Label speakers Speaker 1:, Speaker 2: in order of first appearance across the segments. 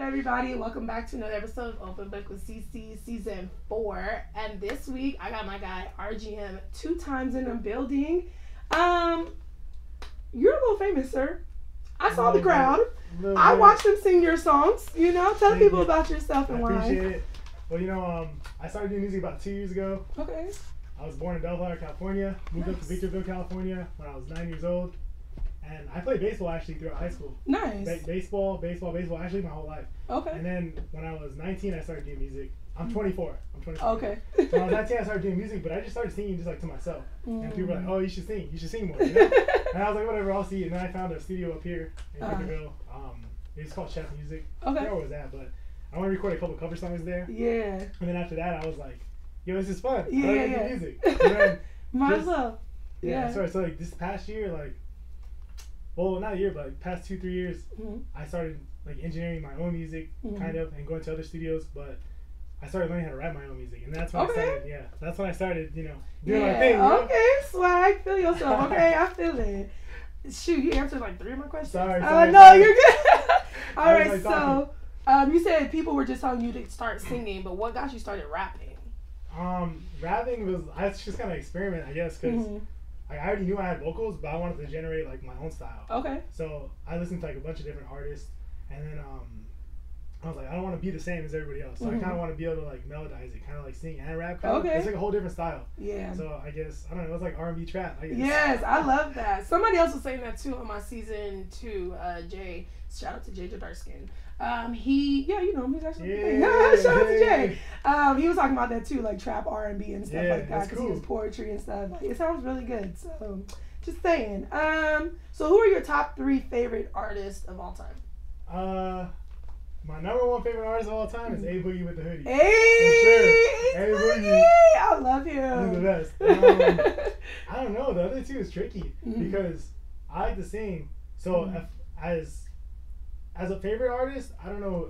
Speaker 1: everybody. Welcome back to another episode of Open Book with CC season four. And this week I got my guy RGM two times in the building. Um, you're a little famous, sir. I saw
Speaker 2: Oh,
Speaker 1: the crowd.
Speaker 2: Little
Speaker 1: I
Speaker 2: bit.
Speaker 1: watched them sing your songs. You know, tell the
Speaker 2: Thank
Speaker 1: people
Speaker 2: you.
Speaker 1: about yourself
Speaker 2: I
Speaker 1: and why.
Speaker 2: appreciate it. Well, you know, um, I started doing music about two years ago.
Speaker 1: Okay.
Speaker 2: I was born in Bellflower, California. Moved up to
Speaker 1: Nice.
Speaker 2: Victorville, California when I was nine years old. And I played baseball actually throughout high school. Ba-
Speaker 1: Nice.
Speaker 2: baseball, baseball, baseball, actually my whole life.
Speaker 1: Okay.
Speaker 2: And then when I was 19, I started doing music. I'm 24. I'm 24.
Speaker 1: Hmm. Okay.
Speaker 2: When I was 19, I started doing music, but I just started singing just like to myself. And people were like,
Speaker 1: Mm.
Speaker 2: oh, you should sing. You should sing more. You know? and I was like, whatever, I'll see. And then I found a studio up here in
Speaker 1: Uh-huh.
Speaker 2: Victorville. Um, it's called Chef Music. I
Speaker 1: okay.
Speaker 2: forgot where it was at, but I want to record a couple cover songs there.
Speaker 1: Yeah.
Speaker 2: And then after that, I was like, yo, this is fun. I
Speaker 1: Yeah,
Speaker 2: like
Speaker 1: yeah.
Speaker 2: music. You know, and-
Speaker 1: Might as
Speaker 2: Just-
Speaker 1: well.
Speaker 2: yeah.
Speaker 1: Yeah.
Speaker 2: Sorry. So like this past year, like, well, not a year, but like, past two, three years,
Speaker 1: Mhm.
Speaker 2: I started like engineering my own music,
Speaker 1: Mhm.
Speaker 2: kind of, and going to other studios, but. I started learning how to write my own music, and that's when
Speaker 1: Okay.
Speaker 2: I started. Yeah, that's when I started. You know, doing my
Speaker 1: Yeah.
Speaker 2: thing. You know?
Speaker 1: okay, swag. Feel yourself. Okay, I feel it. Shoot, you answered like three of my questions.
Speaker 2: Sorry,
Speaker 1: Uh,
Speaker 2: sorry,
Speaker 1: no,
Speaker 2: sorry.
Speaker 1: you're good. All
Speaker 2: I was,
Speaker 1: right,
Speaker 2: like,
Speaker 1: so um, you said people were just telling you to start singing, but what got you started rapping?
Speaker 2: Um, rapping was I was just kind of experiment, I guess, because
Speaker 1: Mhm.
Speaker 2: like, I already knew I had vocals, but I wanted to generate like my own style.
Speaker 1: Okay.
Speaker 2: So I listened to like a bunch of different artists, and then um, I was like, I don't want to be the same as everybody else. So I
Speaker 1: Mhm.
Speaker 2: kind of want to be able to like melodize it, kind of like sing and rap. Kind
Speaker 1: Okay.
Speaker 2: It's like a whole different style.
Speaker 1: Yeah.
Speaker 2: So I guess I don't know. It's like R and B trap. I guess.
Speaker 1: Yes, I love that. Somebody else was saying that too on my season two. Uh, Jay, shout out to Jay the dark skin. Um, he, yeah, you know him. He's actually
Speaker 2: Yeah.
Speaker 1: shout out to Jay. Um, he was talking about that too, like trap R and B and stuff
Speaker 2: Yeah,
Speaker 1: like that,
Speaker 2: that's
Speaker 1: because
Speaker 2: cool.
Speaker 1: he does poetry and stuff. Like, it sounds really good. So, just saying. Um, so who are your top three favorite artists of all time?
Speaker 2: Uh, my number one favorite artist of all time is A Boogie with the Hoodie.
Speaker 1: Hey,
Speaker 2: sure.
Speaker 1: it's
Speaker 2: Hey,
Speaker 1: Boogie. I love
Speaker 2: He's
Speaker 1: him.
Speaker 2: the best. Um, I don't know. The other two is tricky
Speaker 1: Mhm.
Speaker 2: because I like to sing. So
Speaker 1: Mhm.
Speaker 2: if, as as a favorite artist, I don't know.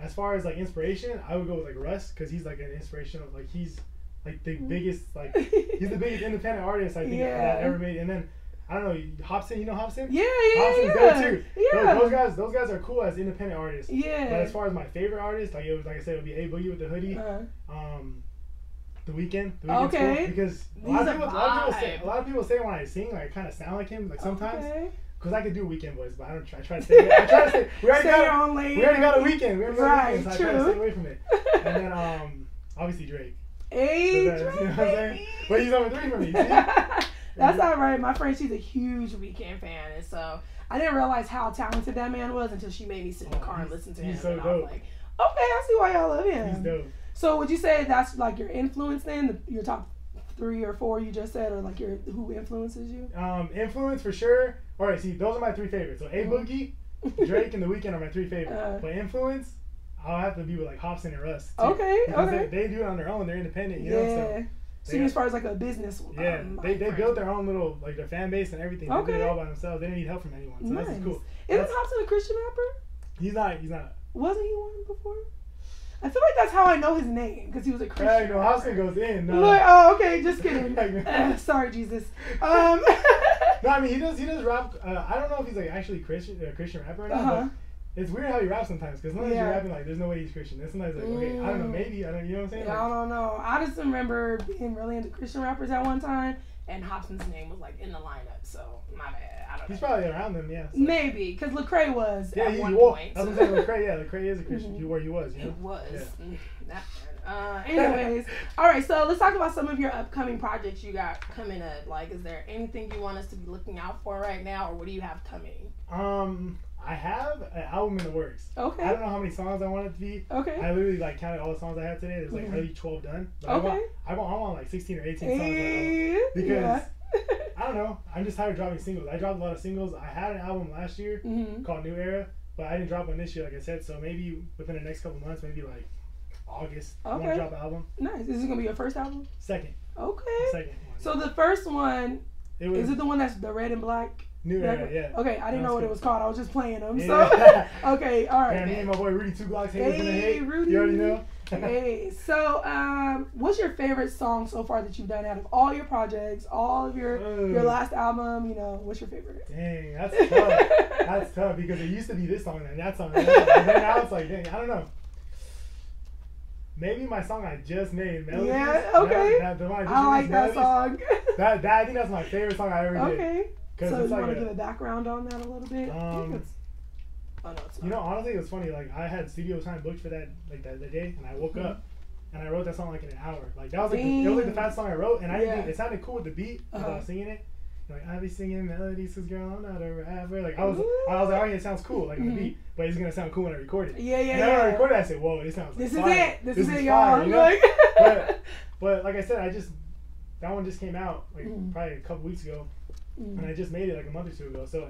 Speaker 2: As far as like inspiration, I would go with like Russ because he's like an inspirational. Like he's like the
Speaker 1: Mhm.
Speaker 2: biggest. Like he's the biggest independent artist I think
Speaker 1: Yeah.
Speaker 2: that ever made. And then I don't know Hobson. You know Hobson?
Speaker 1: yeah,
Speaker 2: Hobson's
Speaker 1: yeah,
Speaker 2: good
Speaker 1: yeah.
Speaker 2: too. Those-
Speaker 1: Yeah.
Speaker 2: Those, guys. Those guys are cool as independent artists. But
Speaker 1: Yeah.
Speaker 2: as far as my favorite artist, like it was like I said, it would be A Boogie with the hoodie
Speaker 1: Uh,
Speaker 2: um the weekend the weekend's
Speaker 1: Okay.
Speaker 2: cool because a lot,
Speaker 1: He's
Speaker 2: of
Speaker 1: a
Speaker 2: people, a, lot of people say,
Speaker 1: vibe.
Speaker 2: a lot of people say when I sing like I kind of sound like him like sometimes
Speaker 1: Okay.
Speaker 2: because I could do weekend voice but I don't try, I try to stay away- I try to stay we already
Speaker 1: Stay
Speaker 2: got
Speaker 1: your own lane.
Speaker 2: we already got a weekend we already got a
Speaker 1: Right,
Speaker 2: weekend so I try to
Speaker 1: true.
Speaker 2: stay away from it and then um obviously Drake
Speaker 1: hey,
Speaker 2: the best, you know what I'm saying? but he's number three for me see?
Speaker 1: That's all right. My friend, she's a huge Weekend fan, and so I didn't realize how talented that man was until she made me sit in the
Speaker 2: Oh,
Speaker 1: car and
Speaker 2: he's-
Speaker 1: listen to him.
Speaker 2: he's so
Speaker 1: and I was
Speaker 2: dope.
Speaker 1: like, okay, I see why y'all love
Speaker 2: he's
Speaker 1: him.
Speaker 2: dope
Speaker 1: So would you say that's like your influence then? The, your top three or four you just said, or like your who influences you?
Speaker 2: um influence for sure all right see those are my three favorites so A Boogie Drake and the weekend are my three favorites
Speaker 1: Mm-hmm. Uh.
Speaker 2: but influence I'll have to be with like Hobson and Russ too.
Speaker 1: okay,
Speaker 2: Because
Speaker 1: okay.
Speaker 2: they, they do it on their own they're independent you
Speaker 1: yeah.
Speaker 2: know so
Speaker 1: so
Speaker 2: they
Speaker 1: you
Speaker 2: got-
Speaker 1: as far as like a business,
Speaker 2: Yeah,
Speaker 1: um,
Speaker 2: they, they
Speaker 1: friend.
Speaker 2: built their own little like their fan base and everything. They did
Speaker 1: Okay.
Speaker 2: it all by themselves. They didn't need help from anyone. So
Speaker 1: Nice.
Speaker 2: this is cool.
Speaker 1: Isn't
Speaker 2: That's-
Speaker 1: Hobson a Christian rapper?
Speaker 2: He's not. He's not.
Speaker 1: Wasn't he one before? I feel like that's how I know his name because he was a Christian.
Speaker 2: Yeah, you know, Hobson
Speaker 1: rapper.
Speaker 2: goes in. No,
Speaker 1: Like, oh, okay, just kidding.
Speaker 2: Like-
Speaker 1: Uh, sorry, Jesus. Um,
Speaker 2: no, I mean he does. He does rap. Uh, I don't know if he's like actually Christian, a Christian rapper or not.
Speaker 1: uh-huh.
Speaker 2: But it's weird how he raps sometimes because sometimes
Speaker 1: Yeah.
Speaker 2: you're rapping like there's no way he's Christian. Then sometimes like okay, I don't know,
Speaker 1: Mm.
Speaker 2: maybe I don't. You know what I'm saying?
Speaker 1: Yeah, I don't know. I just remember being really into Christian rappers at one time, and Hobson's name was like in the lineup, so my bad. I
Speaker 2: Like,
Speaker 1: don't
Speaker 2: he's
Speaker 1: know.
Speaker 2: probably around them. Yeah. so-
Speaker 1: Maybe because Lecrae was
Speaker 2: Yeah,
Speaker 1: at
Speaker 2: he,
Speaker 1: one
Speaker 2: he was.
Speaker 1: point.
Speaker 2: That's what I'm saying. Lecrae, yeah, Lecrae is a Christian.
Speaker 1: Mhm.
Speaker 2: He- Where he was, you
Speaker 1: It
Speaker 2: know.
Speaker 1: was.
Speaker 2: Yeah.
Speaker 1: Mm, that man. Uh, anyways, all right. So let's talk about some of your upcoming projects you got coming up. Like, is there anything you want us to be looking out for right now, or what do you have coming?
Speaker 2: Um, I have an album in the works. I
Speaker 1: Mm-hmm. Okay.
Speaker 2: don't know how many songs I want it to be.
Speaker 1: Okay.
Speaker 2: I literally like counted all the songs I had today. There's like
Speaker 1: Mhm.
Speaker 2: really twelve done. But I
Speaker 1: Okay.
Speaker 2: want, I want, I want like sixteen or eighteen songs. right
Speaker 1: Eh,
Speaker 2: because-
Speaker 1: yeah.
Speaker 2: now. I don't know. I'm just tired of dropping singles. I dropped a lot of singles. I had an album last year
Speaker 1: Mhm.
Speaker 2: called New Era, but I didn't drop one this year, like I said. So maybe within the next couple months, maybe like August, I want
Speaker 1: Okay.
Speaker 2: to drop an album.
Speaker 1: Nice. Is this gonna be your first album?
Speaker 2: Second,
Speaker 1: Okay.
Speaker 2: second one.
Speaker 1: Eh. So the first one
Speaker 2: it was
Speaker 1: is it the one that's the red and black?
Speaker 2: New
Speaker 1: That-
Speaker 2: Era, yeah.
Speaker 1: Okay, I didn't
Speaker 2: No,
Speaker 1: know what
Speaker 2: it's
Speaker 1: it was called. I was just playing them.
Speaker 2: Yeah.
Speaker 1: So okay, all
Speaker 2: Man, me
Speaker 1: right.
Speaker 2: and my boy Rudy Two Glocks haters in the
Speaker 1: Hey,
Speaker 2: hate.
Speaker 1: Rudy.
Speaker 2: You already know.
Speaker 1: Hey, so um, what's your favorite song so far that you've done out of all your projects, all of your your
Speaker 2: Ooh.
Speaker 1: last album? You know, what's your favorite?
Speaker 2: Dang, that's tough. That's tough because it used to be this song and that song, and, that song. and then now it's like, dang, I don't know. Maybe my song I just made, Melodies.
Speaker 1: Yeah,
Speaker 2: that-
Speaker 1: okay.
Speaker 2: That, the one I, just
Speaker 1: I like
Speaker 2: released,
Speaker 1: that
Speaker 2: Melodies,
Speaker 1: song.
Speaker 2: That, that I think that's my favorite song I ever did.
Speaker 1: okay.
Speaker 2: Because
Speaker 1: So
Speaker 2: it's
Speaker 1: you
Speaker 2: like,
Speaker 1: want to
Speaker 2: a-
Speaker 1: give a background on that a little bit? I think
Speaker 2: Um,
Speaker 1: it's- oh no, it's
Speaker 2: you
Speaker 1: not.
Speaker 2: know, honestly, it was funny. Like I had studio time booked for that, like that, that day, and I woke up and I wrote that song like in an hour. Like that was like the, it was like the
Speaker 1: Mm-hmm. Dang.
Speaker 2: fastest song I wrote, and I didn't
Speaker 1: Yeah.
Speaker 2: think, it sounded cool with the beat as I
Speaker 1: Uh-huh.
Speaker 2: was singing it. And, Like I be singing melodies, cause girl, I'm not a rapper. Like I was, I was like, oh yeah, it sounds cool, like on
Speaker 1: Mhm.
Speaker 2: the beat, but it's gonna sound cool when I record it.
Speaker 1: Yeah, yeah,
Speaker 2: And then when I
Speaker 1: yeah.
Speaker 2: recorded, it, I said, whoa, this sounds.
Speaker 1: This is
Speaker 2: like, fire.
Speaker 1: it. This, is, it, y'all.
Speaker 2: fire, you know?
Speaker 1: Like-
Speaker 2: But- But like I said, I just that one just came out like
Speaker 1: Mhm.
Speaker 2: probably a couple weeks ago, and
Speaker 1: Mm.
Speaker 2: I just made it like a month or two ago. So,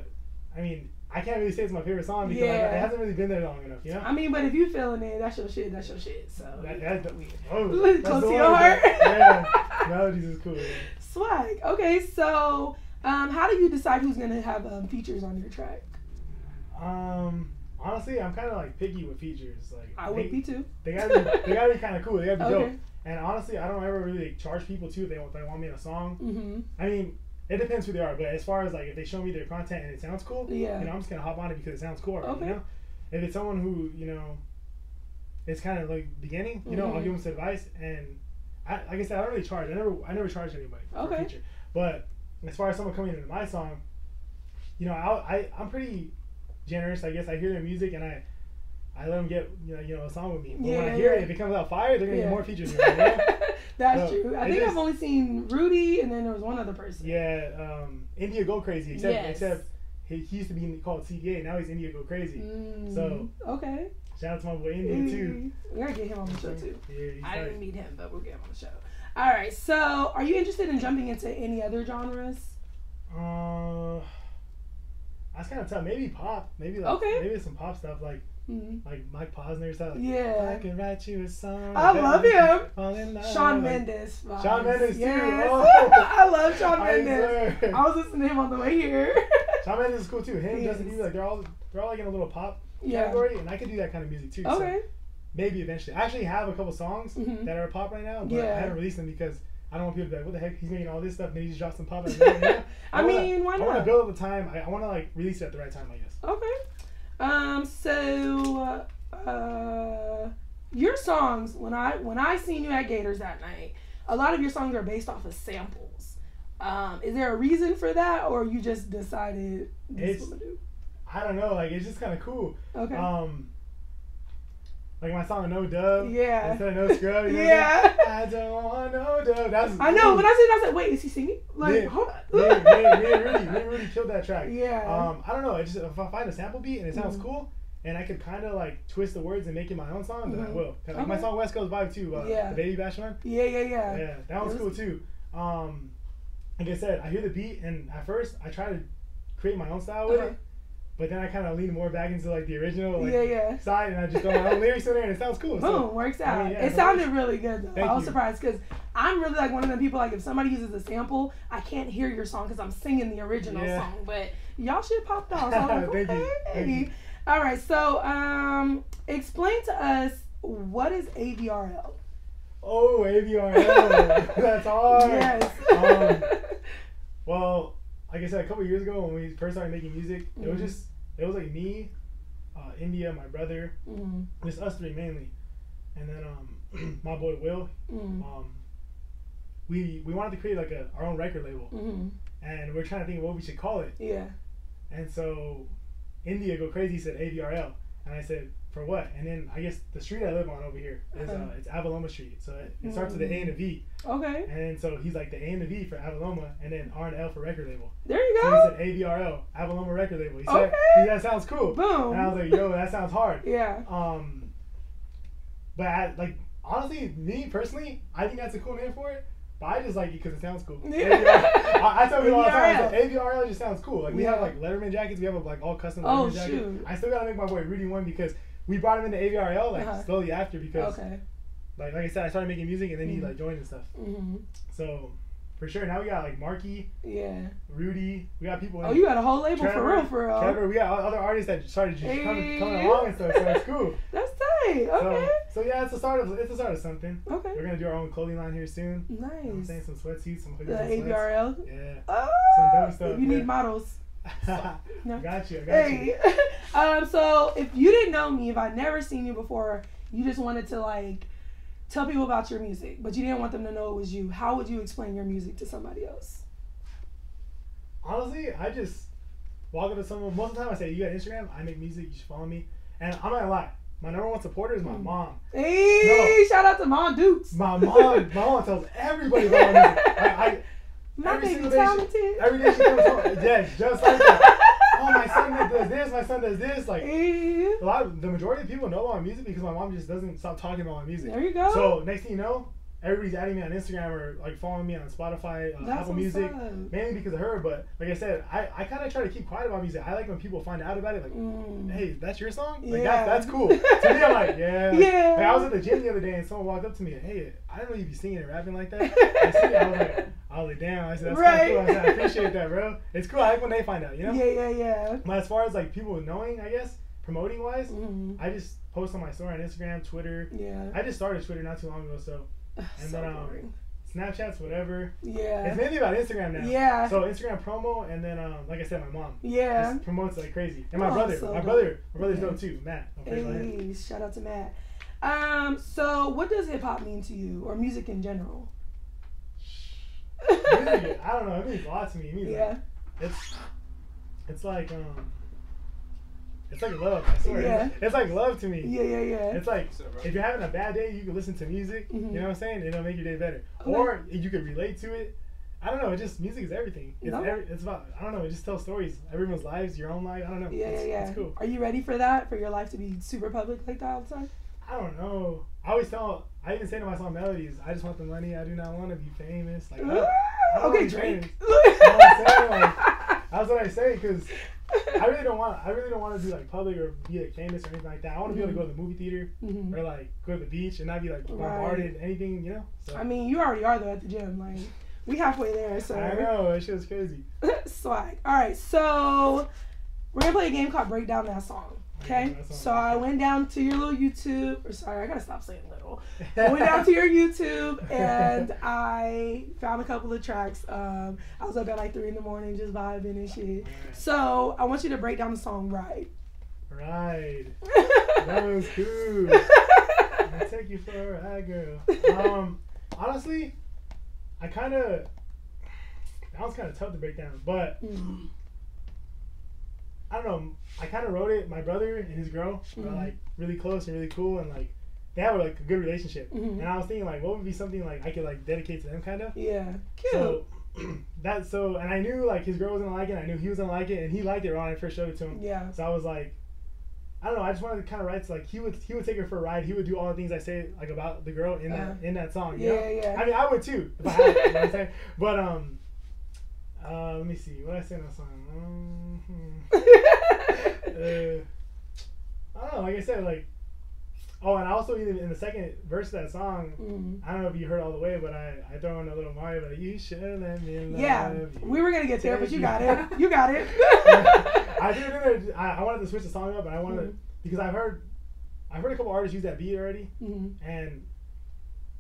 Speaker 2: I mean, I can't really say it's my favorite song because like,
Speaker 1: Yeah.
Speaker 2: it hasn't really been there long enough, you know.
Speaker 1: I mean, but if you feeling it, that's your shit. That's your shit. So
Speaker 2: That- that's the-
Speaker 1: weird.
Speaker 2: Oh,
Speaker 1: Close
Speaker 2: that's the
Speaker 1: to
Speaker 2: one
Speaker 1: your
Speaker 2: with
Speaker 1: heart.
Speaker 2: the- yeah, melodies is cool. yeah.
Speaker 1: Swag. Okay, so um, how do you decide who's gonna have um, features on your track?
Speaker 2: Um, honestly, I'm kind of like picky with features. Like
Speaker 1: I would
Speaker 2: they,
Speaker 1: be too.
Speaker 2: they gotta be, they gotta be kind of cool. They gotta be
Speaker 1: Okay.
Speaker 2: dope. And honestly, I don't ever really charge people too if they want, they want me in a song.
Speaker 1: Mm-hmm.
Speaker 2: I mean, it depends who they are. But as far as like if they show me their content and it sounds cool,
Speaker 1: Yeah.
Speaker 2: you know, I'm just gonna hop on it because it sounds cool. already,
Speaker 1: Okay.
Speaker 2: You know, if it's someone who you know, it's kind of like beginning. You know, I'll
Speaker 1: Mhm.
Speaker 2: give them some advice, and I, like I said, I don't really charge. I never, I never charge anybody for a
Speaker 1: Okay.
Speaker 2: feature. But as far as someone coming into my song, you know, I, I I'm pretty generous. I guess I hear their music and I. I let them get you know, you know a song with me, but when
Speaker 1: Yeah,
Speaker 2: I hear
Speaker 1: yeah.
Speaker 2: it, if it comes out fire, they're gonna
Speaker 1: Yeah.
Speaker 2: get more features. From me, you know?
Speaker 1: That's
Speaker 2: So,
Speaker 1: true. I
Speaker 2: it
Speaker 1: think
Speaker 2: is-
Speaker 1: I've only seen Rudy, and then there was one other person.
Speaker 2: yeah, um, India Go Crazy, except
Speaker 1: Yes.
Speaker 2: except he, he used to be called CDA, now he's India Go Crazy.
Speaker 1: Mm,
Speaker 2: So-
Speaker 1: okay.
Speaker 2: Shout out to my boy India too.
Speaker 1: Mm, We're gonna get him on the show too.
Speaker 2: Yeah, he's
Speaker 1: I
Speaker 2: like-
Speaker 1: didn't meet him, but we'll get him on the show. All right. So, are you interested in jumping into any other genres?
Speaker 2: Uh, that's kind of tough. Maybe pop. Maybe like
Speaker 1: Okay.
Speaker 2: maybe some pop stuff like
Speaker 1: Mhm.
Speaker 2: like Mike Posner stuff. Like, I
Speaker 1: Yeah.
Speaker 2: can write you a song.
Speaker 1: I
Speaker 2: that
Speaker 1: love
Speaker 2: makes you
Speaker 1: him.
Speaker 2: fall in love.
Speaker 1: Sean Mendes. vibes.
Speaker 2: Shawn Mendes, too.
Speaker 1: Yes.
Speaker 2: Oh.
Speaker 1: I love Sean
Speaker 2: I
Speaker 1: Mendes.
Speaker 2: swear.
Speaker 1: I was listening to him on the way here.
Speaker 2: Shawn Mendes is cool too. Him,
Speaker 1: He
Speaker 2: Justin
Speaker 1: is.
Speaker 2: Bieber, like they're all they're all like in a little pop
Speaker 1: yeah.
Speaker 2: category, and I could do that kind of music too. So
Speaker 1: Okay.
Speaker 2: maybe eventually. I actually have a couple songs
Speaker 1: Mhm.
Speaker 2: that are pop right now, but
Speaker 1: Yeah.
Speaker 2: I haven't released them because I don't want people to be like, what the heck? He's making all this stuff, and then he just drops some pop. out of nowhere."
Speaker 1: I
Speaker 2: wanna-
Speaker 1: mean, why
Speaker 2: I want to
Speaker 1: not?
Speaker 2: build up the time. I, I want to like release it at the right time, I guess.
Speaker 1: Okay. Um. So, uh, your songs when I when I seen you at Gators that night, a lot of your songs are based off of samples. Um, is there a reason for that, or you just decided this is
Speaker 2: It's-
Speaker 1: what I'm gonna do?
Speaker 2: I don't know. Like it's just kind of cool.
Speaker 1: Okay.
Speaker 2: Um, like my song No Dub.
Speaker 1: yeah.
Speaker 2: Instead of No Scrub. You know
Speaker 1: yeah.
Speaker 2: What I'm saying? I don't want No Dub. That's.
Speaker 1: I know. When I said, that, I said, wait, is he singing? Like,
Speaker 2: Yeah.
Speaker 1: hold
Speaker 2: me,
Speaker 1: on.
Speaker 2: and- me, and- me and Rudy, me and Rudy killed that track.
Speaker 1: Yeah.
Speaker 2: Um, I don't know. I just if I find a sample beat and it sounds
Speaker 1: Mhm.
Speaker 2: cool, and I could kind of like twist the words and make it my own song, then I
Speaker 1: Mhm.
Speaker 2: will. 'Cause, like, my
Speaker 1: Okay.
Speaker 2: song West Coast Vibe too. Uh,
Speaker 1: Yeah.
Speaker 2: The Baby Bash one.
Speaker 1: yeah. Yeah. Yeah.
Speaker 2: Yeah, that one's
Speaker 1: It
Speaker 2: cool too. Um, like I said, I hear the beat, and at first I try to create my own style with
Speaker 1: Okay.
Speaker 2: it, but then I kind of lean more back into like the original like,
Speaker 1: Uh-huh. yeah. Yeah. Oh.
Speaker 2: side, and I just throw my own lyrics in there, and it sounds cool.
Speaker 1: Boom,
Speaker 2: So,
Speaker 1: works out.
Speaker 2: yeah,
Speaker 1: it
Speaker 2: no
Speaker 1: sounded really good though.
Speaker 2: Thank
Speaker 1: I was
Speaker 2: you.
Speaker 1: surprised because I'm really like one of the people like if somebody uses a sample, I can't hear your song because I'm singing the original
Speaker 2: Yeah.
Speaker 1: song. But y'all shit popped off. So I'm like,
Speaker 2: Thank you,
Speaker 1: okay.
Speaker 2: thank you.
Speaker 1: All right, so um, explain to us what is AVRL.
Speaker 2: oh, ABRL, that's hard.
Speaker 1: Yes.
Speaker 2: Um, Well, like I said, a couple years ago when we first started making music, it was
Speaker 1: Mhm.
Speaker 2: just it was like me, uh, India, my brother,
Speaker 1: Mm,
Speaker 2: just us three mainly, and then um, my boy Will.
Speaker 1: mm,
Speaker 2: Um, we we wanted to create like a our own record label.
Speaker 1: mhm.
Speaker 2: and we are trying to think of what we should call it.
Speaker 1: Yeah.
Speaker 2: And so India Go Crazy said AVRL, and I said for what? And then I guess the street I live on over here is uh,
Speaker 1: Uh-huh.
Speaker 2: it's Avaloma Street, so it, it starts with the A and a V,
Speaker 1: Okay.
Speaker 2: and then so he's like the A and the V for Avaloma, and then R and L for record label.
Speaker 1: There you
Speaker 2: So he
Speaker 1: go.
Speaker 2: said AVRL, Avaloma record label. He said,
Speaker 1: Okay.
Speaker 2: "Dude, that sounds cool.
Speaker 1: Boom.
Speaker 2: And I was like, yo, that sounds hard.
Speaker 1: yeah.
Speaker 2: Um, but I, like honestly, me personally, I think that's a cool name for it. But I just like it because it sounds cool. I, I tell people all the time, I was like, AVRL just sounds cool. Like we have
Speaker 1: Yeah.
Speaker 2: like Letterman jackets, we have like all custom
Speaker 1: Oh,
Speaker 2: Letterman jackets.
Speaker 1: shoot.
Speaker 2: I still gotta make my boy Rudy one because we brought him into AVRL like
Speaker 1: Uh-huh.
Speaker 2: slowly after because
Speaker 1: okay.
Speaker 2: like like I said, I started making music and then
Speaker 1: Mhm.
Speaker 2: he like joined and stuff.
Speaker 1: hmm
Speaker 2: So for sure. Now we got like Marky,
Speaker 1: Yeah.
Speaker 2: Rudy. We got people.
Speaker 1: Oh, you got a whole label for
Speaker 2: Trevor,
Speaker 1: real, for real.
Speaker 2: Trevor. We got o- other artists that started just coming, coming
Speaker 1: Hey.
Speaker 2: along and stuff. So it's cool.
Speaker 1: That's tight. Okay.
Speaker 2: So, so yeah, it's the start of it's the start of something.
Speaker 1: okay.
Speaker 2: We're gonna do our own clothing line here soon. You know what I'm
Speaker 1: Nice.
Speaker 2: saying some sweatsuits, some
Speaker 1: The
Speaker 2: hoodies, some sweats.
Speaker 1: ABRL.
Speaker 2: Yeah.
Speaker 1: Oh,
Speaker 2: Some dope stuff,
Speaker 1: you need
Speaker 2: yeah.
Speaker 1: models. No.
Speaker 2: Got you. I Got you.
Speaker 1: Hey. um, so if you didn't know me, if I'd never seen you before, you just wanted to like tell people about your music, but you didn't want them to know it was you. How would you explain your music to somebody else?
Speaker 2: Honestly, I just walk up to someone. Most of the time, I say, "You got Instagram? I make music. You should follow me." And I'm not gonna lie. My number one supporter is my
Speaker 1: Mm.
Speaker 2: mom.
Speaker 1: Hey, shout out to Mom Dukes.
Speaker 2: My mom, my mom tells everybody about me. I,
Speaker 1: My
Speaker 2: every
Speaker 1: baby
Speaker 2: single day she-
Speaker 1: talented.
Speaker 2: I, every day she comes home, yes, just like that. Oh, my son that does this, my son does this. Like
Speaker 1: Eh,
Speaker 2: a lot, of, the majority of people know about my music because my mom just doesn't stop talking about my music.
Speaker 1: There you go.
Speaker 2: So next thing you know, everybody's adding me on Instagram or like following me on Spotify, uh,
Speaker 1: That's
Speaker 2: Apple
Speaker 1: what's
Speaker 2: Music,
Speaker 1: up.
Speaker 2: mainly because of her. But like I said, I, I kind of try to keep quiet about music. I like when people find out about it, like,
Speaker 1: Mm.
Speaker 2: hey, that's your song? Like,
Speaker 1: Yeah.
Speaker 2: that, that's cool. to me, I'm like, yeah.
Speaker 1: Yeah.
Speaker 2: Like, I was at the gym the other day and someone walked up to me, hey, I didn't know you'd be singing and rapping like that. I, seen it, I was like, I was like, damn. I said, that's
Speaker 1: Right.
Speaker 2: kinda cool. I said, I appreciate that, bro. It's cool. I like when they find out, you know?
Speaker 1: Yeah, yeah, yeah.
Speaker 2: But as far as like people knowing, I guess, promoting wise,
Speaker 1: Mm.
Speaker 2: I just post on my story on Instagram, Twitter.
Speaker 1: Yeah.
Speaker 2: I just started Twitter not too long ago, so and
Speaker 1: so
Speaker 2: then, um,
Speaker 1: boring.
Speaker 2: Snapchats, whatever. It's
Speaker 1: Yeah.
Speaker 2: mainly about Instagram now.
Speaker 1: Yeah.
Speaker 2: So Instagram promo, and then um, like I said, my mom
Speaker 1: yeah.
Speaker 2: just promotes like crazy, and my
Speaker 1: Oh,
Speaker 2: brother,
Speaker 1: so
Speaker 2: my
Speaker 1: dope.
Speaker 2: brother, my brother's
Speaker 1: Okay.
Speaker 2: dope too, Matt. I'm pretty sure him.
Speaker 1: Hey, shout out to Matt. Um, so what does hip hop mean to you, or music in general?
Speaker 2: Music, I don't know. It means a lot to me. It means
Speaker 1: yeah,
Speaker 2: like, it's it's like um, it's like love. I swear.
Speaker 1: Yeah.
Speaker 2: It's, it's like love to me.
Speaker 1: yeah, yeah, yeah.
Speaker 2: It's like
Speaker 3: So, bro.
Speaker 2: if you're having a bad day, you can listen to music.
Speaker 1: Mhm.
Speaker 2: You know what I'm saying? It'll make your day better.
Speaker 1: Okay.
Speaker 2: Or you can relate to it. I don't know. It just music is everything. It's,
Speaker 1: No.
Speaker 2: every, it's about I don't know. It just tells stories. Everyone's lives, your own life. I don't know.
Speaker 1: Yeah,
Speaker 2: it's,
Speaker 1: yeah, yeah.
Speaker 2: It's cool.
Speaker 1: Are you ready for that? For your life to be super public like that all the time?
Speaker 2: I don't know. I always tell. I even say to my song melodies. I just want the money. I do not want to be famous. Like that,
Speaker 1: Ooh,
Speaker 2: don't
Speaker 1: okay,
Speaker 2: wanna be
Speaker 1: Drake.
Speaker 2: what that's what I say because I really don't want. I really don't want to be like public or be like famous or anything like that. I want to be able to go to the movie theater
Speaker 1: Mhm.
Speaker 2: or like go to the beach and not be like bombarded. Anything you know. So
Speaker 1: I mean, you already are though at the gym. Like we halfway there, so
Speaker 2: I know that shit was crazy.
Speaker 1: swag. All right, so we're gonna play a game called Break Down That Song. Okay,
Speaker 2: Break Down That Song.
Speaker 1: so I went down to your little YouTube. Or sorry, I gotta stop saying little. I went down to your YouTube and I found a couple of tracks. Um, I was up at like three in the morning just vibing and shit. So I want you to break down the song right.
Speaker 2: Right. That was cool. I'll take you for a ride, girl. Um, honestly, I kind of that was kind of tough to break down, but
Speaker 1: Mm.
Speaker 2: I don't know. I kind of wrote it. My brother and his girl are
Speaker 1: Mhm.
Speaker 2: like really close and really cool, and like they have like a good relationship.
Speaker 1: Mhm.
Speaker 2: And I was thinking like, what would be something like I could like dedicate to them, kind of.
Speaker 1: yeah, cute.
Speaker 2: So that so, and I knew like his girl wasn't like it. I knew he wasn't like it, and he liked it when I first showed it to him.
Speaker 1: yeah,
Speaker 2: So I was like, I don't know. I just wanted to kind of write like he would he would take her for a ride. He would do all the things I say like about the girl in that in that song. you
Speaker 1: Uh-huh. yeah,
Speaker 2: know?
Speaker 1: yeah.
Speaker 2: I mean, I would too if I had. it, you know what I'm saying? But um, uh, let me see. What did I say in that song? Um, hmm. uh, I don't know. Like I said, like oh, and I also even in the second verse of that song.
Speaker 1: Mm.
Speaker 2: I don't know if you heard all the way, but I, I throw in a little Mario, but you should let me love
Speaker 1: Yeah,
Speaker 2: you.
Speaker 1: we were gonna get there, but you got it. You got it.
Speaker 2: I did it. in a- I, I wanted to switch the song up, and I
Speaker 1: Mm-hmm.
Speaker 2: wanted because I've heard, I've heard a couple artists use that beat already,
Speaker 1: Mhm.
Speaker 2: and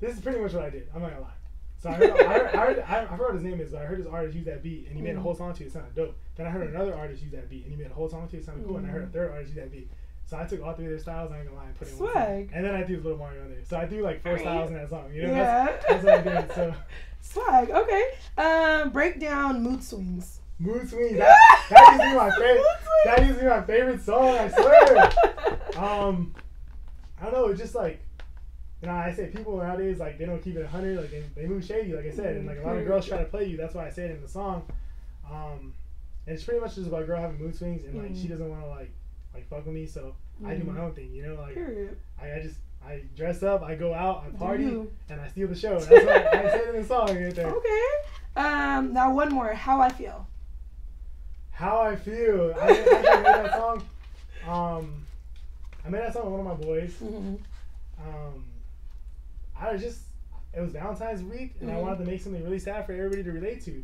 Speaker 2: this is pretty much what I did. I'm not gonna lie. So I heard, I heard, I heard, I, I forgot what his name is, but I heard this artist use that beat, and he made a
Speaker 1: Mhm.
Speaker 2: whole song to it. It sounded dope. Then I heard another artist use that beat, and he made a whole song to it. It sounded cool. And I heard
Speaker 1: Mm-hmm.
Speaker 2: a third artist use that beat. So I took all three of their styles. I ain't gonna lie, and put it in one song.
Speaker 1: Swag.
Speaker 2: And then I threw Little Mario in there. So I threw like four
Speaker 1: Alright.
Speaker 2: styles in that song. You know,
Speaker 1: yeah.
Speaker 2: that's, that's what I did. So
Speaker 1: Swag. Okay. Um, break down mood swings.
Speaker 2: Mood Swings. That, that used to be my favorite. That used to be my favorite song. I swear. Um, I don't know. It's just like, you know, I say people nowadays like they don't keep it a hundred. Like they, they move shady, like I said, and like a lot of girls try to play you. That's why I say it in the song. Um, and it's pretty much just about a girl having mood swings and
Speaker 1: Mm-hmm.
Speaker 2: like she doesn't want to like like fuck with me. So I do my own thing. You know, like
Speaker 1: Period.
Speaker 2: I, I just I dress up, I go out, I
Speaker 1: Do
Speaker 2: party,
Speaker 1: you. Oh.
Speaker 2: and I steal the show. That's what I, I say it in the song right there.
Speaker 1: Okay. Um, now one more. How I feel.
Speaker 2: How I feel. I, I actually made that song. Um,
Speaker 1: Mm-hmm.
Speaker 2: I made that song with one of my boys.
Speaker 1: Mhm.
Speaker 2: um, I was just it was Valentine's week, and I
Speaker 1: Mhm.
Speaker 2: wanted to make something really sad for everybody to relate to.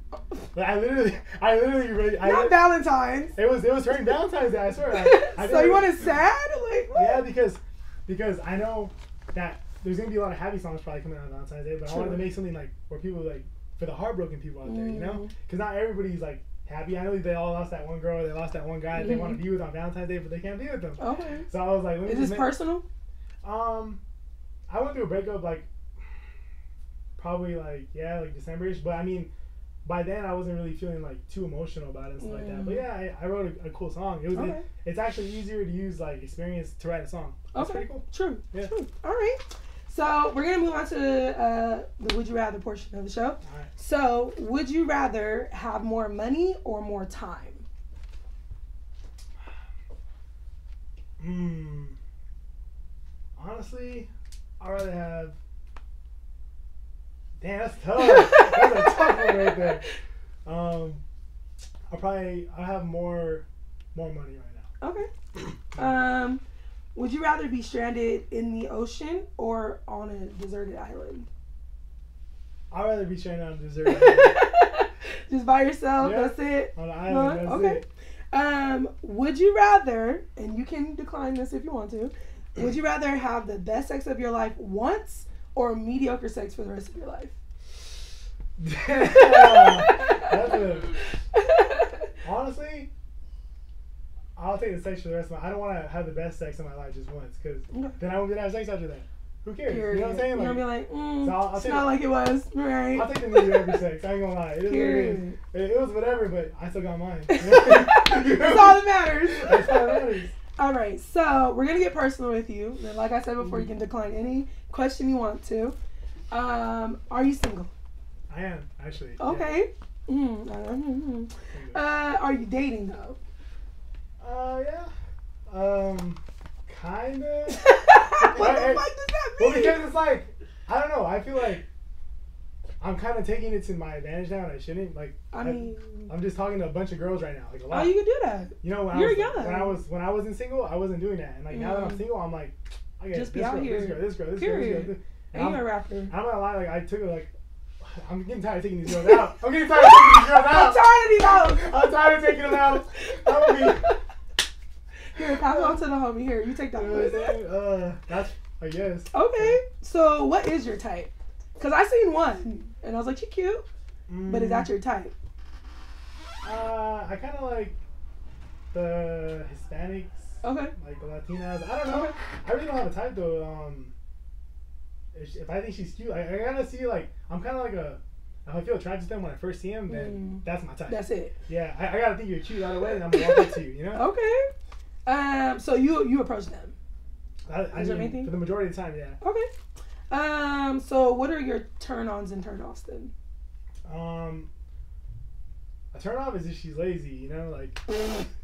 Speaker 2: But I literally, I literally, really, I,
Speaker 1: Not Valentine's.
Speaker 2: it was it was during Valentine's Day. I swear. I, I
Speaker 1: so
Speaker 2: didn't-
Speaker 1: you want it sad? Like what?
Speaker 2: Yeah, because because I know that there's gonna be a lot of happy songs probably coming out on Valentine's Day, but I wanted
Speaker 1: True.
Speaker 2: to make something like where people like for the heartbroken people out there, you
Speaker 1: Mm.
Speaker 2: know? Because not everybody's like happy. I know they all lost that one girl, they lost that one guy
Speaker 1: Mm-hmm.
Speaker 2: that they want to be with on Valentine's Day, but they can't be with them.
Speaker 1: Okay.
Speaker 2: So I was like, let me
Speaker 1: Oh. Is this
Speaker 2: just make-
Speaker 1: personal?
Speaker 2: um, I went through a breakup like probably like yeah like Decemberish, but I mean. By then, I wasn't really feeling like too emotional about it and stuff like that. But
Speaker 1: Mm.
Speaker 2: yeah, I, I wrote a, a cool song. It was
Speaker 1: Okay.
Speaker 2: it, it's actually easier to use like experience to write a song. That's
Speaker 1: Okay.
Speaker 2: pretty cool.
Speaker 1: True.
Speaker 2: Yeah.
Speaker 1: True. All right. So we're gonna move on to uh, the would you rather portion of the show.
Speaker 2: Alright.
Speaker 1: So would you rather have more money or more time?
Speaker 2: Hmm. Honestly, I'd rather have. Damn, that's tough. Oh, that's a tough one right there. Um, I'll probably I'll have more more money right now.
Speaker 1: Okay. Um, would you rather be stranded in the ocean or on a deserted island?
Speaker 2: I'd rather be stranded on a desert
Speaker 1: Just by yourself.
Speaker 2: Yeah.
Speaker 1: That's it.
Speaker 2: on an island.
Speaker 1: Huh?
Speaker 2: That's
Speaker 1: Okay.
Speaker 2: it.
Speaker 1: Um, would you rather, and you can decline this if you want to, would you rather have the best sex of your life once or mediocre sex for the rest of your life?
Speaker 2: Damn. That's a, honestly, I'll take the sex for the rest of my. I don't want to have the best sex in my life just once, cause
Speaker 1: Okay.
Speaker 2: then I won't be able to have sex after that. Who cares?
Speaker 1: Period.
Speaker 2: You know what I'm saying?
Speaker 1: You're
Speaker 2: Like,
Speaker 1: gonna be like, mm,
Speaker 2: So I'll- I'll
Speaker 1: it's
Speaker 2: take
Speaker 1: not
Speaker 2: it.
Speaker 1: like it was, right?
Speaker 2: I'll take the mediocre sex. I ain't gonna lie. It is what it is.
Speaker 1: Period.
Speaker 2: It, it was whatever, but I still got mine.
Speaker 1: That's all that matters.
Speaker 2: That's all that matters.
Speaker 1: All right, so we're gonna get personal with you. And Like I said before,
Speaker 2: Mm-hmm.
Speaker 1: you can decline any question you want to. Um, are you single?
Speaker 2: I am actually. yeah.
Speaker 1: Okay. Mm, I don't- mm, mm. Uh, are you dating though?
Speaker 2: Uh yeah. Um, kinda.
Speaker 1: what the
Speaker 2: Hey, hey.
Speaker 1: fuck does that mean?
Speaker 2: well, because it's like I don't know. I feel like I'm kind of taking it to my advantage now, and I shouldn't. Like
Speaker 1: I mean,
Speaker 2: I'm just talking to a bunch of girls right now, like a
Speaker 1: oh,
Speaker 2: lot.
Speaker 1: you can do that.
Speaker 2: You know, when
Speaker 1: You're
Speaker 2: I was,
Speaker 1: young.
Speaker 2: When I was when I wasn't single, I wasn't doing that, and like now that
Speaker 1: Mm.
Speaker 2: I'm single, I'm like, I got
Speaker 1: Just be
Speaker 2: this girl,
Speaker 1: out here.
Speaker 2: this girl, this girl, this girl, this girl.
Speaker 1: Period.
Speaker 2: This.
Speaker 1: And
Speaker 2: And
Speaker 1: you're a
Speaker 2: I'm,
Speaker 1: rapper.
Speaker 2: I'm not gonna lie, like I took it like I'm getting tired of taking these girls out. I'm getting tired of taking these girls
Speaker 1: I'm
Speaker 2: out.
Speaker 1: tired of these hoes.
Speaker 2: I'm tired of taking them out. I'm gonna be.
Speaker 1: Here, pass it on to the homie. Here, you take that
Speaker 2: You know what I'm
Speaker 1: one.
Speaker 2: saying? Uh, that's I guess.
Speaker 1: Okay, so what is your type? Cause I seen one, and I was like, she cute, but is
Speaker 2: Mm-hmm.
Speaker 1: that your type?
Speaker 2: Mm, Uh, I kind of like the Hispanics,
Speaker 1: Okay.
Speaker 2: like the Latinas. I don't know. I really don't have a type though. Um, if, she- if I think she's cute, I, I gotta see like I'm kind of like a. If I feel attracted to them when I first see them, then
Speaker 1: Mm.
Speaker 2: that's my type.
Speaker 1: That's it.
Speaker 2: yeah, I, I gotta think you're cute right away, and I'm gonna walk up to you. You know.
Speaker 1: Okay. Um. So you you approach them.
Speaker 2: I, I
Speaker 1: Is there
Speaker 2: mean,
Speaker 1: anything?
Speaker 2: for the majority of the time, yeah.
Speaker 1: Okay. Um. So what are your turn ons and turn offs then?
Speaker 2: Um, a turn off is if she's lazy. You know, like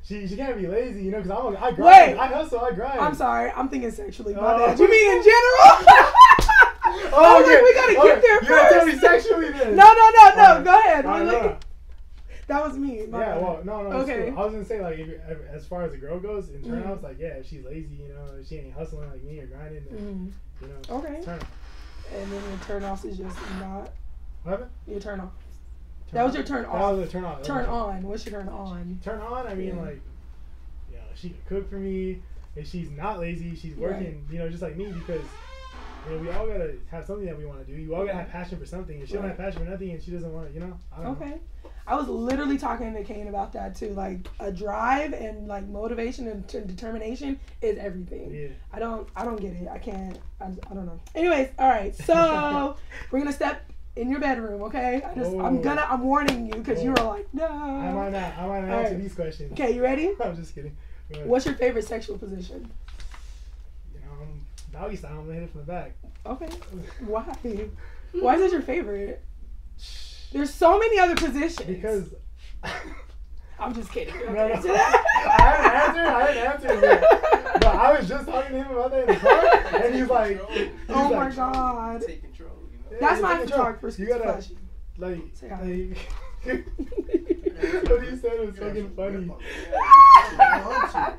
Speaker 2: she, she can't be lazy. You know, because I'm a, I grind.
Speaker 1: Wait.
Speaker 2: I hustle. I grind.
Speaker 1: I'm sorry. I'm thinking sexually. My
Speaker 2: Oh.
Speaker 1: bad. You mean in general? I was like, we gotta
Speaker 2: okay.
Speaker 1: get there
Speaker 2: you gotta tell me
Speaker 1: first.
Speaker 2: sexually then.
Speaker 1: No, no, no, no.
Speaker 2: Alright.
Speaker 1: Go ahead.
Speaker 2: No,
Speaker 1: We're
Speaker 2: no,
Speaker 1: looking-
Speaker 2: no.
Speaker 1: That was me. my
Speaker 2: Yeah,
Speaker 1: bad.
Speaker 2: well, no, no.
Speaker 1: Okay.
Speaker 2: Okay. I was gonna say like, if, you- if, as far as a girl goes, in turn
Speaker 1: Mhm.
Speaker 2: offs, like, yeah, if she's lazy, you know, if she ain't hustling like me or grinding, then,
Speaker 1: Mm,
Speaker 2: you know,
Speaker 1: Okay.
Speaker 2: turn off.
Speaker 1: And then your turn offs is just not
Speaker 2: What happened?
Speaker 1: your turn off.
Speaker 2: Turn
Speaker 1: That was
Speaker 2: off.
Speaker 1: your turn
Speaker 2: That
Speaker 1: off.
Speaker 2: was a turn off.
Speaker 1: Turn on. What's your turn on?
Speaker 2: Turn on. I mean,
Speaker 1: Yeah.
Speaker 2: like, you know, she can cook for me. If she's not lazy, she's working. You know, just like me because. You know, we all gotta have something that we want to do. You all gotta have passion for something. If she don't
Speaker 1: Right.
Speaker 2: have passion for nothing, and she doesn't want to, you know, I don't know.
Speaker 1: Okay. I was literally talking to Kane about that too. Like a drive and like motivation and t- determination is everything.
Speaker 2: Yeah.
Speaker 1: I don't I don't get it. I can't. I, I don't know. Anyways, all right. So we're gonna step in your bedroom, okay? I just I'm
Speaker 2: Oh.
Speaker 1: gonna I'm warning you because you were
Speaker 2: Oh.
Speaker 1: like
Speaker 2: I
Speaker 1: no.
Speaker 2: might not. I might not
Speaker 1: All
Speaker 2: answer
Speaker 1: right.
Speaker 2: these
Speaker 1: Um,
Speaker 2: questions.
Speaker 1: Okay, you ready?
Speaker 2: I'm just kidding. But,
Speaker 1: What's your favorite sexual position?
Speaker 2: You know, I'm doggy style. I'm gonna hit it from the back.
Speaker 1: Okay. Why? Why is that your favorite? There's so many other positions.
Speaker 2: Because
Speaker 1: I'm just kidding.
Speaker 2: No, no. I haven't answered. I haven't answered. But, but I was just talking to him about that in the car, and he's like, he's
Speaker 1: Oh my
Speaker 2: like,
Speaker 1: god.
Speaker 3: Take control, you know.
Speaker 1: That's
Speaker 2: "Hey,
Speaker 1: my
Speaker 2: take control.
Speaker 1: photographer's
Speaker 2: You gotta
Speaker 1: question.
Speaker 2: like,
Speaker 1: Say hi.
Speaker 2: like. what he said was fucking funny.
Speaker 3: Yeah, you fuck.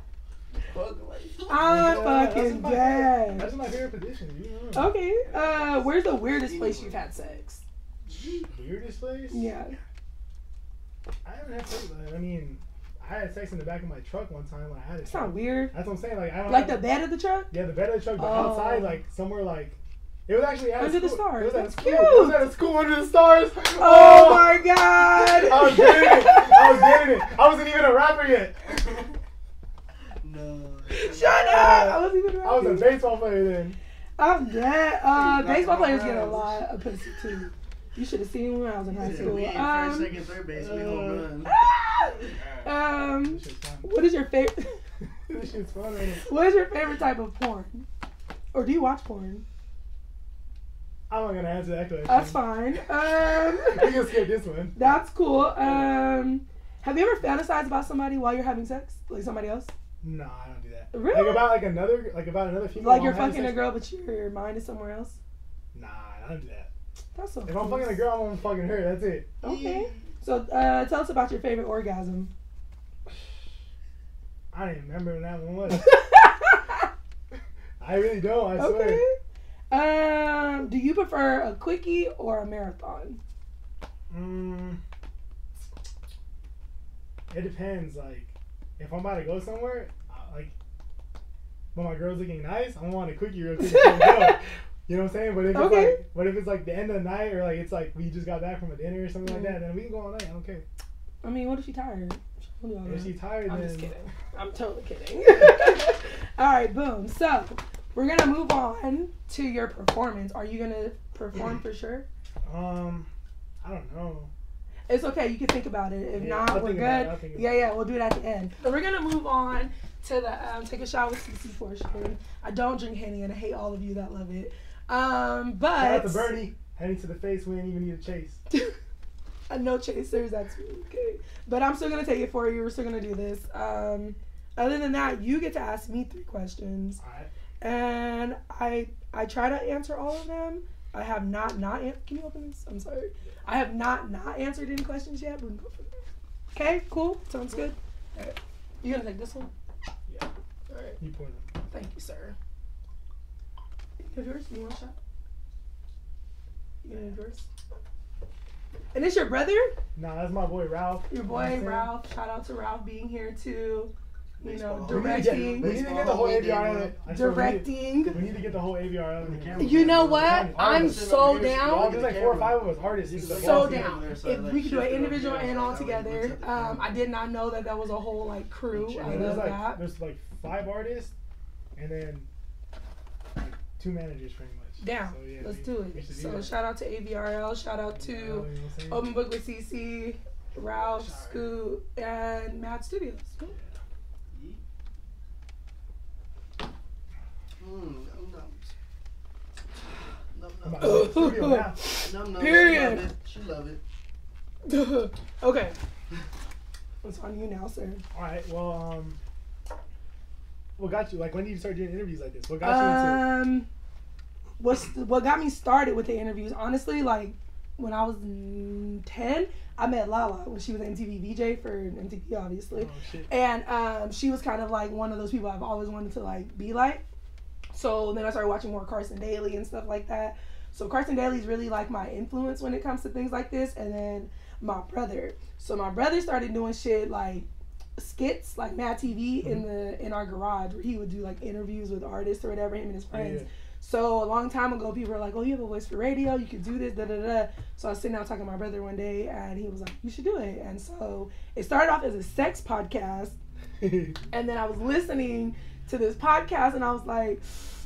Speaker 3: Like,
Speaker 1: I'm
Speaker 2: Yeah,
Speaker 1: fucking
Speaker 2: that's my- That's
Speaker 1: dead.
Speaker 2: my favorite position. You know.
Speaker 1: Okay. Uh, where's the weirdest place you've had sex?
Speaker 2: Weirdest place?
Speaker 1: Oh. Yeah.
Speaker 2: I haven't had sex. Like, I mean, I had sex in the back of my truck one time. Like I had. a
Speaker 1: It's
Speaker 2: truck.
Speaker 1: not weird.
Speaker 2: That's what I'm saying. Like I don't.
Speaker 1: Like the
Speaker 2: have-
Speaker 1: bed of the truck?
Speaker 2: Yeah, the bed of the truck, but
Speaker 1: Oh.
Speaker 2: outside, like somewhere, like it was actually at a
Speaker 1: Under the
Speaker 2: school.
Speaker 1: stars.
Speaker 2: It was at a
Speaker 1: That's
Speaker 2: school.
Speaker 1: cute.
Speaker 2: It was at a school under the stars.
Speaker 1: Oh my god!
Speaker 2: I was getting it. I was getting it. I wasn't even a rapper yet.
Speaker 3: no.
Speaker 1: Shut up! I wasn't even
Speaker 2: I was a
Speaker 1: ready.
Speaker 2: baseball player then.
Speaker 1: I'm dead. Uh,
Speaker 3: He's not
Speaker 1: baseball players
Speaker 3: gonna
Speaker 1: get a
Speaker 3: run.
Speaker 1: lot of pussy too. You should have seen when I was in high
Speaker 3: Yeah, we
Speaker 1: school.
Speaker 3: ain't
Speaker 1: Um,
Speaker 3: first, second, third base. We
Speaker 2: uh,
Speaker 3: home run.
Speaker 1: um,
Speaker 2: This shit's fun.
Speaker 1: what is your favorite?
Speaker 2: this shit's fun. ain't it?
Speaker 1: What is your favorite type of porn? Or do you watch porn?
Speaker 2: I'm not gonna answer that question.
Speaker 1: That's fine.
Speaker 2: We
Speaker 1: Um,
Speaker 2: can skip this one.
Speaker 1: that's cool. Um, have you ever fantasized about somebody while you're having sex, like somebody else?
Speaker 2: No, I don't do that.
Speaker 1: Really?
Speaker 2: Like about like another like about another female.
Speaker 1: Like
Speaker 2: while
Speaker 1: you're
Speaker 2: I'm having
Speaker 1: fucking a
Speaker 2: sex?
Speaker 1: girl, but your mind is somewhere else.
Speaker 2: Nah, I don't do that.
Speaker 1: That's so.
Speaker 2: If I'm
Speaker 1: cool.
Speaker 2: fucking a girl, I'm gonna fucking her. That's it.
Speaker 1: Okay. So uh, tell us about your favorite orgasm.
Speaker 2: I don't even remember when that one was. I really don't. I
Speaker 1: okay.
Speaker 2: swear.
Speaker 1: Um, do you prefer a quickie or a marathon?
Speaker 2: Mm, it depends. Like, if I'm about to go somewhere, I, like, when my girl's looking nice, I'm on a quickie real quick. and go. You know what I'm saying? But if
Speaker 1: Okay.
Speaker 2: it's like, but if it's like the end of the night, or like it's like we just got back from a dinner or something
Speaker 1: Mm.
Speaker 2: like that, then we can go all night. I don't care.
Speaker 1: I mean, what if she tired? She don't do all
Speaker 2: If
Speaker 1: that.
Speaker 2: she's tired,
Speaker 1: I'm
Speaker 2: then
Speaker 1: just kidding. I'm totally kidding. all right, boom. So we're gonna move on to your performance. Are you gonna perform for sure?
Speaker 2: um, I don't know.
Speaker 1: It's okay. You can think about it. If
Speaker 2: Yeah,
Speaker 1: not,
Speaker 2: I'll
Speaker 1: we're
Speaker 2: think
Speaker 1: good.
Speaker 2: about it, I'll think
Speaker 1: yeah,
Speaker 2: about it.
Speaker 1: yeah. We'll do it at the end. So we're gonna move on to the um, take a shot with CC portion. I don't drink henny, and I hate all of you that love it. Um, but
Speaker 2: Shout out to Bernie. Heading to the face, we ain't even need a chase.
Speaker 1: Uh, no chasers, that's me, okay. But I'm still gonna take it for you. We're still gonna do this. Um, other than that, you get to ask me three questions,
Speaker 2: All right.
Speaker 1: and I I try to answer all of them. I have not not an- can you open this? I'm sorry. I have not not answered any questions yet. We can go from there. Okay, cool. Sounds good. Alright. You gonna take this one?
Speaker 2: Yeah.
Speaker 1: All right.
Speaker 2: You point him.
Speaker 1: Thank you, sir. Have yours? You want a shot? You gonna have yours? And it's your brother?
Speaker 2: Nah, that's my boy Ralph.
Speaker 1: Your
Speaker 2: You know what I'm
Speaker 1: boy
Speaker 2: saying?
Speaker 1: Ralph, shout out to Ralph being here too. You know,
Speaker 3: Baseball.
Speaker 2: We need, to get, we
Speaker 1: directing,
Speaker 2: need to get the whole AVR
Speaker 3: Baseball,
Speaker 2: out.
Speaker 3: baby.
Speaker 2: I swear, we need- We
Speaker 1: directing.
Speaker 2: need to get the whole AVR out of the camera.
Speaker 1: You know what?
Speaker 2: Artists.
Speaker 1: I'm so
Speaker 2: Y'all,
Speaker 1: down.
Speaker 2: there's like four or five of us artists.
Speaker 3: This is
Speaker 2: It's
Speaker 3: the
Speaker 1: So
Speaker 2: awesome.
Speaker 1: down. If we could do an individual and all together, um, I did not know that that was a whole like crew. I
Speaker 2: And there's
Speaker 1: love
Speaker 2: like
Speaker 1: that.
Speaker 2: there's like five artists, and then like two managers pretty much.
Speaker 1: Down.
Speaker 2: So, yeah,
Speaker 1: Let's
Speaker 2: we-
Speaker 1: do
Speaker 2: we
Speaker 1: it.
Speaker 2: should do
Speaker 1: So
Speaker 2: that.
Speaker 1: shout out to AVRL. Shout out
Speaker 2: You know
Speaker 1: to
Speaker 2: what I'm saying?
Speaker 1: Open Book with CC, Ralph, Scoot, and Mad Studios.
Speaker 3: Mm,
Speaker 2: I'm
Speaker 3: num,
Speaker 2: about to
Speaker 3: num.
Speaker 2: go to the studio now.
Speaker 3: Num, num.
Speaker 1: Period.
Speaker 3: She love it.
Speaker 1: okay. It's on you now, sir.
Speaker 2: All right. Well, um, what got you? Like, when did you start doing interviews like this? What got you into?
Speaker 1: Um, what's what got me started with the interviews? Honestly, like when I was mm, ten, I met Lala when she was MTV VJ for MTV, obviously,
Speaker 2: Oh shit.
Speaker 1: and um, she was kind of like one of those people I've always wanted to like be like. So then I started watching more Carson Daly and stuff like that. So Carson Daly's really like my influence when it comes to things like this, and then my brother. So my brother started doing shit like skits like Mad TV in the in our garage where he would do like interviews with artists or whatever him and his friends.
Speaker 2: Yeah.
Speaker 1: So a long time ago, people were like, "Oh, you have a voice for radio. You could do this." Da da da. So I was sitting down talking to my brother one day, and he was like, "You should do it." And so it started off as a sex podcast, and then I was listening to this podcast, and I was like,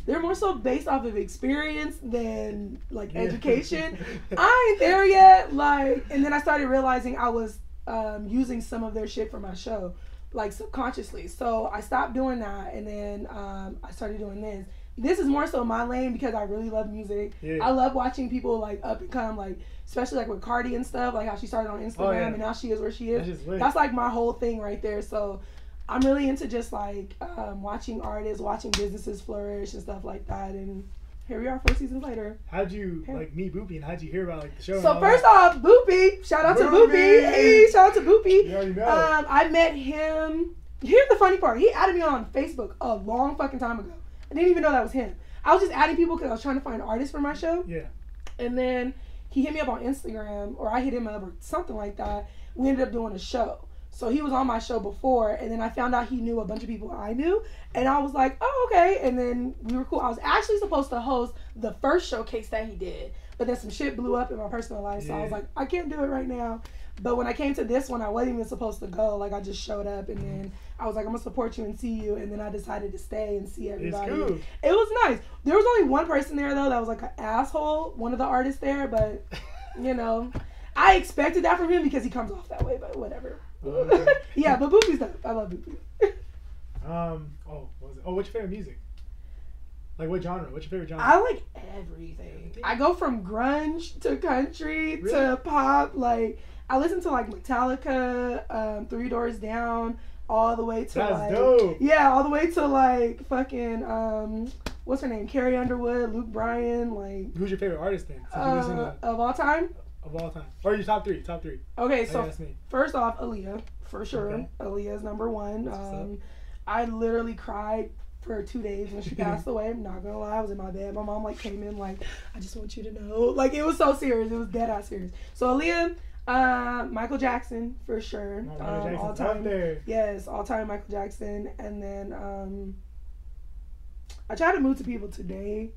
Speaker 1: "They're more so based off of experience than like
Speaker 2: Yeah.
Speaker 1: education." I ain't there yet. Like, and then I started realizing I was um, using some of their shit for my show, like subconsciously. So I stopped doing that, and then um, I started doing this. This is more so my lane because I really love music.
Speaker 2: Yeah.
Speaker 1: I love watching people like up and come, like especially like with Cardi and stuff, like how she started on Instagram
Speaker 2: Oh, yeah.
Speaker 1: and now she is where she
Speaker 2: That's
Speaker 1: is.
Speaker 2: just lit.
Speaker 1: That's like my whole thing right there. So I'm really into just like um, watching artists, watching businesses flourish and stuff like that. And here we are, four seasons later.
Speaker 2: How'd you like meet Boopy and how'd you hear about like the show? and
Speaker 1: So
Speaker 2: all
Speaker 1: first
Speaker 2: that?
Speaker 1: off, Boopy, shout out to Boopy,
Speaker 2: Boopy.
Speaker 1: hey, shout out to Boopy.
Speaker 2: you already know.
Speaker 1: Um, I met him Here's the funny part. He added me on Facebook a long fucking time ago. I didn't even know that was him. I was just adding people because I was trying to find artists for my show.
Speaker 2: Yeah.
Speaker 1: And then he hit me up on Instagram, or I hit him up, or something like that. We ended up doing a show. So he was on my show before, and then I found out he knew a bunch of people I knew, and I was like, oh, okay. And then we were cool. I was actually supposed to host the first showcase that he did, but then some shit blew up in my personal life, so I was
Speaker 2: Yeah.
Speaker 1: like, I can't do it right now. But when I came to this one, I wasn't even supposed to go. Like, I just showed up, and then I was like, I'm gonna support you and see you. And then I decided to stay and see
Speaker 2: It's
Speaker 1: everybody.
Speaker 2: cool.
Speaker 1: It was nice. There was only one person there though that was like an asshole, one of the artists there, but you know, I expected that from him because he comes off that way, but whatever.
Speaker 2: Okay.
Speaker 1: yeah, but Boopy's dope. I love Boopy.
Speaker 2: Um. Oh. What was it? Oh. What's your favorite music? Like what genre? What's your favorite genre?
Speaker 1: I like everything. I go from grunge to country
Speaker 2: Really?
Speaker 1: to pop. Like I listen to like Metallica, um, Three Doors Down, all the way to
Speaker 2: That's
Speaker 1: like
Speaker 2: dope.
Speaker 1: yeah, all the way to like fucking um, what's her name? Carrie Underwood, Luke Bryan, like
Speaker 2: Who's your favorite artist then? Since you listen
Speaker 1: uh,
Speaker 2: to
Speaker 1: of all time.
Speaker 2: of all time, or your top three? Top three.
Speaker 1: Okay,
Speaker 2: So,
Speaker 1: so
Speaker 2: that's me.
Speaker 1: First off, Aaliyah, for sure.
Speaker 2: Okay.
Speaker 1: Aaliyah's number one.
Speaker 2: That's what's up.
Speaker 1: Um, I literally cried for two days when she passed away. I'm not gonna lie, I was in my bed. My mom like came in like, I just want you to know. Like it was so serious. It was dead ass serious. So Aaliyah, uh, Michael Jackson for sure.
Speaker 2: Michael
Speaker 1: Um, all
Speaker 2: Jackson's up
Speaker 1: time.
Speaker 2: there.
Speaker 1: Yes, all time Michael Jackson. And then um, I try to move to people today.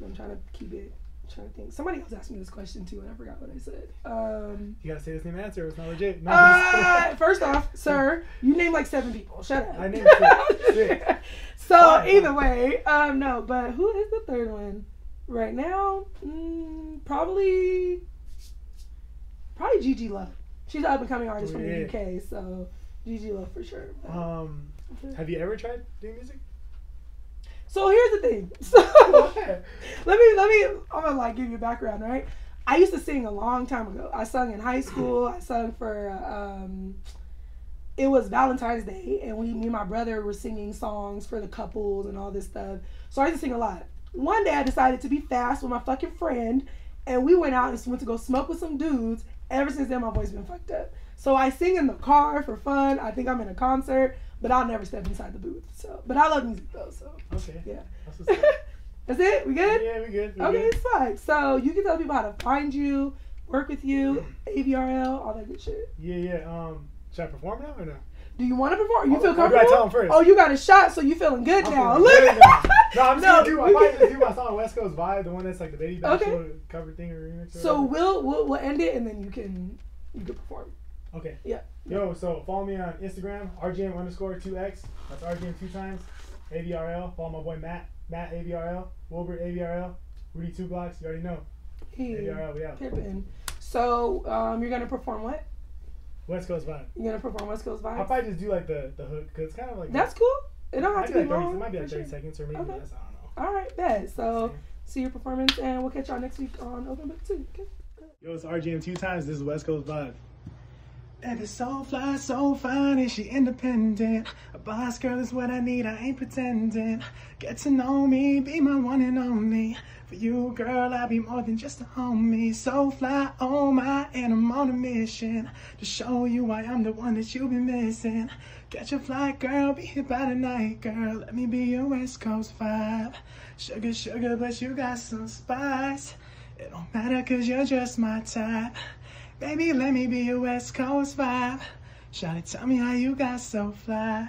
Speaker 1: I'm trying to keep it. I'm trying to think. Somebody else asked me this question too, and I forgot what I said. Um,
Speaker 2: You gotta say the same answer. It's not legit. No, I'm
Speaker 1: uh, first off, sir, you named like seven people. Shut up.
Speaker 2: I named six. Six.
Speaker 1: so
Speaker 2: Fine.
Speaker 1: either way, um, no. But who is the third one right now? Mm, probably, probably Gigi Love. She's an up and coming artist from
Speaker 2: Oh, Yeah.
Speaker 1: the UK, so Gigi Love for sure. But-
Speaker 2: just- um. Have you ever tried doing music?
Speaker 1: so here's the thing. So let me let me I'm gonna like give you background, right? I used to sing a long time ago. I sung in high school. I sung for um, it was Valentine's Day, and we, me and my brother were singing songs for the couples and all this stuff. So I used to sing a lot. One day I decided to be fast with my fucking friend, and we went out and went to go smoke with some dudes. Ever since then, my voice been fucked up. So I sing in the car for fun. I think I'm in a concert, but I'll never step inside the booth. So, but I love music though. So
Speaker 2: Okay.
Speaker 1: Yeah.
Speaker 2: That's what's up.
Speaker 1: that's it. We good?
Speaker 2: Yeah, we good. We
Speaker 1: Okay,
Speaker 2: good.
Speaker 1: it's fine. So you can tell people how to find you, work with you, AVRL, all that good shit.
Speaker 2: Yeah, yeah. Um, should I perform now or no?
Speaker 1: Do you want to perform? You
Speaker 2: Oh,
Speaker 1: feel
Speaker 2: you gotta
Speaker 1: comfortable?
Speaker 2: tell 'em first.
Speaker 1: Oh, you got a shot, so you feeling good
Speaker 2: I'm
Speaker 1: now.
Speaker 2: feeling
Speaker 1: Look.
Speaker 2: good now. No, I'm just gonna do. I
Speaker 1: you
Speaker 2: might
Speaker 1: can-
Speaker 2: just do my song West Coast Vibe, the one that's like the Baby
Speaker 1: Okay.
Speaker 2: Bachelor cover thing or remix. Or
Speaker 1: So
Speaker 2: whatever.
Speaker 1: we'll, we'll we'll end it, and then you can you can perform.
Speaker 2: Okay.
Speaker 1: Yeah.
Speaker 2: Yo, so follow me on Instagram, RGM underscore 2X. That's RGM two times. AVRL. Follow my boy Matt, Matt AVRL, Wilbert AVRL, Rudy Two Blocks. You already know.
Speaker 1: Hey,
Speaker 2: AVRL, we out.
Speaker 1: Pippin. So um, you're gonna perform what?
Speaker 2: West Coast Vibe.
Speaker 1: You're gonna perform West Coast
Speaker 2: I'll
Speaker 1: Vibes.
Speaker 2: probably just do like the, the hook, because it's kind of like.
Speaker 1: That's cool. It don't have
Speaker 2: might
Speaker 1: to
Speaker 2: be
Speaker 1: be
Speaker 2: like 30,
Speaker 1: long.
Speaker 2: it might be like
Speaker 1: for
Speaker 2: 30
Speaker 1: sure.
Speaker 2: seconds or maybe
Speaker 1: Okay.
Speaker 2: less. I don't know.
Speaker 1: All right, bet. So see your performance, and we'll catch y'all next week on Open Book Two. Okay.
Speaker 2: Yo, it's RGM two times. This is West Coast Vibe. And it's so fly, so fine, and she independent. A boss girl is what I need, I ain't pretending. Get to know me, be my one and only. For you, girl, I'll be more than just a homie. So fly, oh my, and I'm on a mission to show you why I'm the one that you've been missing. Catch a flight, girl, be here by the night, girl. Let me be your West Coast vibe. Sugar, sugar, but you got some spice. It don't matter cause you're just my type. Baby, let me be your West Coast vibe. Shawty, tell me how you got so fly.